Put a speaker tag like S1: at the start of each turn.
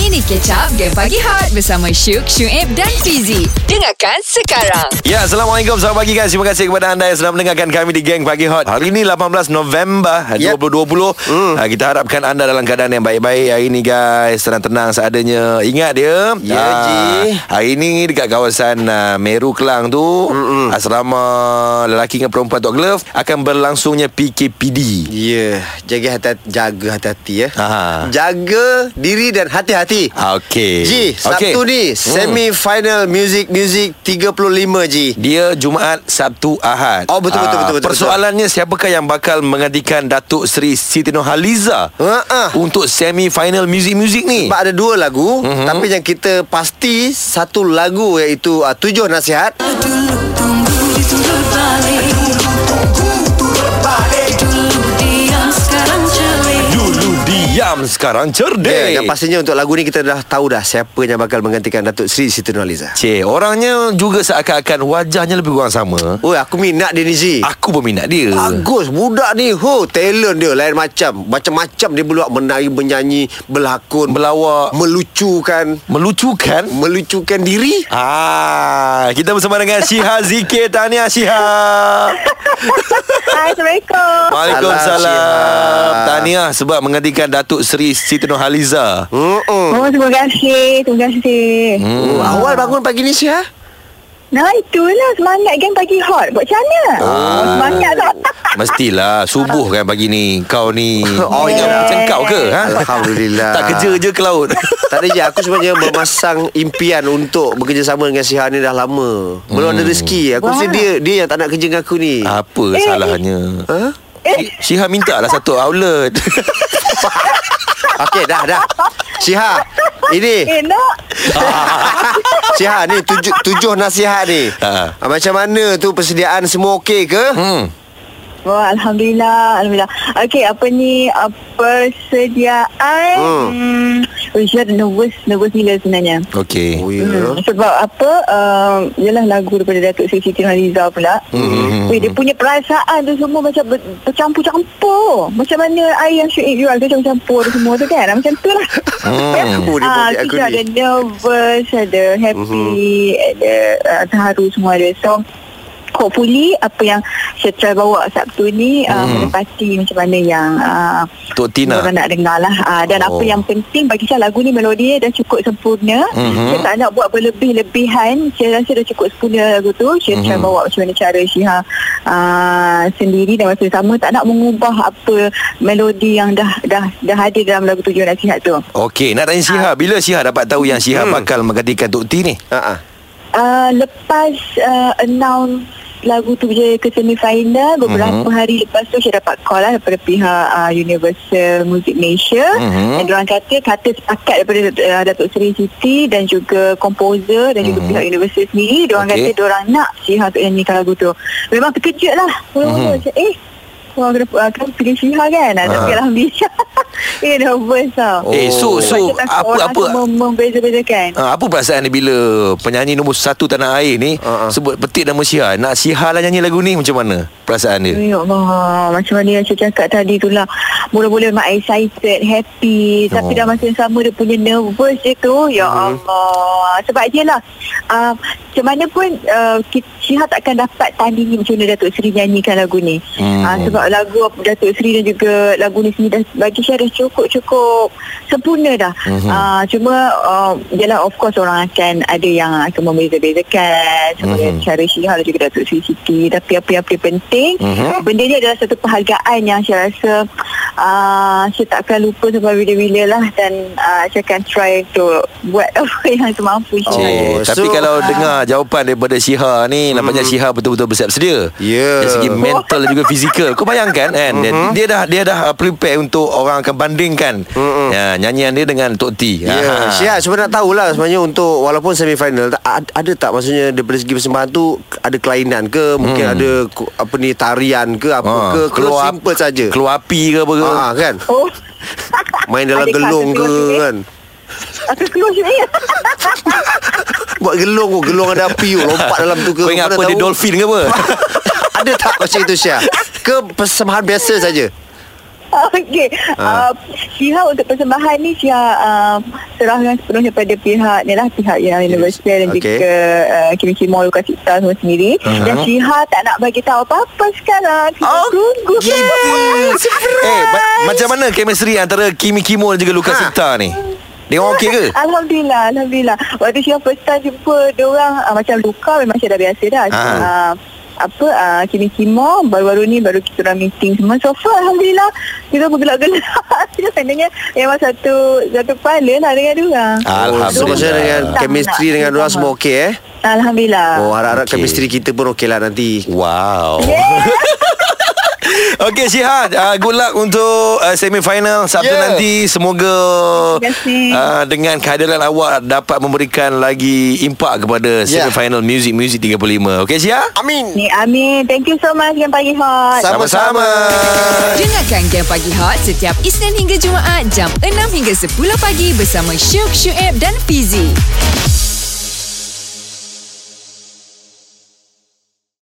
S1: Mari catch up Game Pagi Hot Bersama Syuk, Syuib dan Fizi Dengarkan sekarang
S2: Ya, Assalamualaikum Selamat pagi guys Terima kasih kepada anda Yang sedang mendengarkan kami Di Gang Pagi Hot Hari ini 18 November eh,
S3: Yep.
S2: 2020
S3: Hmm.
S2: Ah, Kita harapkan anda Dalam keadaan yang baik-baik Hari ini guys Tenang-tenang seadanya Ingat dia
S3: Ya,
S2: ah,
S3: Ji.
S2: Hari ini dekat kawasan ah, Meru Kelang tu Mm-mm. Asrama Lelaki dengan Perempuan Tok Glove Akan berlangsungnya PKPD
S3: Ya, jaga hati jaga hati-hati ya.
S2: Aha.
S3: Jaga diri dan hati-hati.
S2: Ah, Okey Hmm.
S3: Ji,
S2: Okey.
S3: Sabtu ni semi final music music 35 Ji.
S2: Dia Jumaat Sabtu Ahad.
S3: Oh, betul, betul,
S2: Ah,
S3: betul, betul,
S2: Persoalannya betul. siapakah yang bakal menggantikan Datuk Seri Siti Nurhaliza
S3: Ha-ah.
S2: untuk semi final music music ni?
S3: Sebab ada dua lagu
S2: Mhm.
S3: mm-hmm. Tapi yang kita pasti Satu lagu iaitu uh, Tujuh Nasihat
S2: Dulu diam sekarang cerdik.
S3: yeah, Dan pastinya untuk lagu ni Kita dah tahu dah Siapa yang bakal menggantikan Datuk Sri Siti Nurhaliza
S2: Cik, orangnya juga seakan-akan wajahnya lebih kurang sama.
S3: Oh aku minat dia ni Ji
S2: Aku peminat dia.
S3: Bagus budak ni ho talent dia lain macam macam-macam dia buat menari menyanyi berlakon
S2: Melawak,
S3: melucukan
S2: melucukan.
S3: melucukan diri
S2: Ah, kita bersama dengan Syiha Zikir. Tahniah Syiha.
S4: Hai, Assalamualaikum.
S2: Waalaikumsalam.
S3: Syiha.
S2: Tahniah sebab menggantikan Datuk Seri Siti Nurhaliza.
S3: Mm-mm.
S4: Oh, terima kasih. Terima kasih.
S3: Oh,
S4: Hmm.
S3: awal bangun pagi ni Syah
S4: Nah, itulah semangat geng pagi hot. Buat macam mana? Oh, semangat tak?
S2: Mestilah Subuh kan pagi ni Kau ni
S3: Oh,
S2: Ingat
S3: ya.
S2: macam kau ke ha?
S3: Alhamdulillah.
S2: Tak kerja je ke laut
S3: Tak ada je Aku sebenarnya memasang impian Untuk bekerjasama dengan Siha ni dah lama Belum ada rezeki Aku rasa
S4: Wah.
S3: dia Dia yang tak nak kerja dengan aku ni
S2: Apa
S4: Eh.
S2: salahnya
S3: Ha?
S2: Eh, Syiha minta lah satu outlet
S3: Okey dah dah Siha Ini
S4: Eh, nak.
S3: Siha ni tujuh, tujuh nasihat ni
S2: Ha.
S3: ha. Macam mana tu persediaan semua okey ke?
S2: hmm.
S4: Wah, Oh, Alhamdulillah. Alhamdulillah. Okey, apa ni? Uh, persediaan.
S3: Hmm.
S4: Hmm. Uish, dah nervous. Nervous gila sebenarnya.
S2: Okay
S3: Oh ya
S4: Hmm, sebab apa uh, Yalah lagu daripada Datuk Sri Siti Nurhaliza pula hmm. Weh, Dia punya perasaan tu semua Macam ber, bercampur-campur Macam mana air yang Syuib jual tu Campur-campur tu semua tu kan Macam tu lah
S2: Hmm.
S3: Oh, dia
S4: Ah,
S3: bagi aku
S4: kita
S3: ni.
S4: ada nervous Ada happy Ada uh, terharu semua ada So Hopefully apa yang saya try bawa Sabtu ni uh, menepati macam mana yang uh,
S2: Tok Tina
S4: orang nak dengar lah uh, Dan
S2: Oh.
S4: apa yang penting bagi saya lagu ni melodi dia dah cukup sempurna
S2: Mhm.
S4: Saya tak nak buat berlebih-lebihan Saya rasa dah cukup sempurna lagu tu Saya mm-hmm. try
S2: Mhm.
S4: bawa macam mana cara Syiha uh, sendiri dan masa sama Tak nak mengubah apa melodi yang dah dah dah ada dalam lagu tujuan nasihat tu
S2: Okay Nak tanya Syiha Bila Syiha dapat tahu Yang Syiha
S3: Hmm.
S2: bakal menggantikan Tok T ni
S3: Ha-ha.
S4: Uh, lepas uh, announce lagu tu je ke semi-final
S2: Mhm.
S4: beberapa mm-hmm. hari lepas tu saya dapat call lah daripada pihak uh, Universal Music Malaysia
S2: Mhm.
S4: mm-hmm. dan orang kata kata sepakat daripada uh, Datuk Seri Siti dan juga komposer dan mm-hmm. juga pihak Universal sendiri dia orang
S2: Mhm. Okey.
S4: okay. kata dia orang nak Syihah untuk nyanyikan lagu tu memang terkejut lah
S2: Mhm.
S4: mm-hmm. macam eh Wah, kenapa, uh, kenapa pilih Syihah kan? Uh. Tapi Alhamdulillah. eh, nervous tau.
S2: Ah. Eh, so- so
S4: Macam takut
S2: apa-
S4: orang
S2: apa-
S4: semua Membeza-bezakan.
S2: Ha, apa perasaan dia bila penyanyi nombor satu tanah air ni
S3: Ha, ha.
S2: sebut petik nama Syiha nak Syiha lah nyanyi lagu ni macam mana perasaan dia
S4: Ya Allah Macam mana yang saya cakap tadi tu lah Mula-mula memang excited Happy oh. Tapi
S2: Oh.
S4: dalam masa yang sama Dia punya nervous je tu Ya Allah Sebab dia lah uh, Macam mana pun uh, Syihah takkan dapat Tandingi macam mana Datuk Seri nyanyikan lagu ni
S2: Hmm.
S4: hmm. uh, Sebab lagu Datuk Seri dan juga Lagu ni sendiri dah, Bagi Syihah dah cukup-cukup Sempurna dah
S2: Mhm.
S4: hmm. uh, Cuma uh, Yalah of course orang akan Ada yang akan membeza-bezakan Sebagai
S2: Mhm.
S4: hmm. cara Syihah dan juga Datuk Seri Siti Tapi apa yang paling penting
S2: Mhm.
S4: Benda ni adalah satu penghargaan yang saya rasa uh, saya tak akan lupa sampai bila-bila lah dan uh, saya akan try untuk buat apa yang semampu
S2: Cik,
S4: saya.
S3: Oh,
S2: tapi
S3: so- Hmm.
S2: kalau dengar jawapan daripada Syiha ni nampaknya Syiha betul-betul bersiap sedia.
S3: Ya. Hmm.
S2: Dari segi mental dan juga fizikal. Kau bayangkan kan dia, dia dah dia dah uh, prepare untuk orang akan bandingkan ya, nyanyian dia dengan Tok T.
S3: Hmm. Ya, yeah. Syah cuma nak tahulah sebenarnya untuk walaupun semifinal tak- ad- ada tak maksudnya daripada segi persembahan tu ada kelainan ke mungkin hmm. ada ku- apa ni tarian ke apa
S2: Ha,
S3: ke keluar
S2: keluar-
S3: simple saja.
S2: Keluar api ke apa ke?
S3: Ha kan.
S4: Oh.
S3: Main dalam
S4: Adakah
S3: gelung ke
S4: aku keluar
S3: kan.
S4: sini? Aku keluar sini.
S3: Buat gelung ke gelung ada api tu lompat dalam tu ke.
S2: Kau ingat
S3: mana
S2: apa dia
S3: tahu.
S2: dolphin ke apa?
S3: ada tak macam itu Syah? Ke persembahan biasa saja? Oh,
S4: Okey. Uh, Syihah untuk persembahan ni Syihah uh, serahkan sepenuhnya pada pihak ni lah pihak yang Universal dan
S3: Okey.
S4: juga uh, Kimchi Mall Lukas Cipta semua sendiri. Uh-huh. Dan Syihah tak nak bagi tahu apa-apa sekarang. Kita
S2: Oh,
S4: tunggu.
S2: Eh, ma- macam mana chemistry antara Kimi Kimo dan juga Lukas
S3: Ha.
S2: Sita ni? Dia orang Oh, okey ke?
S4: Alhamdulillah, Alhamdulillah. Waktu Syah first time jumpa diorang uh, macam luka memang Syah dah biasa dah.
S2: Ah.
S4: Uh, apa uh, kini kimo baru-baru ni baru kita orang meeting semua so far alhamdulillah kita bergelak-gelak kita sebenarnya memang satu satu kepala lah dengan diorang
S2: Ah. Alhamdulillah.
S3: Maksudnya dengan
S4: Tak,
S3: chemistry
S4: tak,
S3: dengan
S4: tak,
S3: orang
S4: tak.
S3: semua okey eh.
S4: alhamdulillah
S3: Oh
S2: Ah,
S3: harap-harap
S2: Okey.
S3: chemistry kita pun okey lah nanti.
S2: Wow. Okey Syihad, uh, good luck untuk uh, semifinal Sabtu yeah.
S3: Yeah.
S2: nanti. Semoga
S4: Terima kasih.
S2: uh, dengan kehadiran awak dapat memberikan lagi impak kepada
S3: Yeah.
S2: semifinal Music Music 35. Okey Syihad?
S3: Amin.
S4: ni Amin thank you so much yang pagi hot
S3: Sama-sama.
S2: Sama-sama.
S1: Dengarkan Game Pagi Hot setiap Isnin hingga Jumaat jam 6 hingga 10 pagi bersama Syuk, Syuib dan Fizi.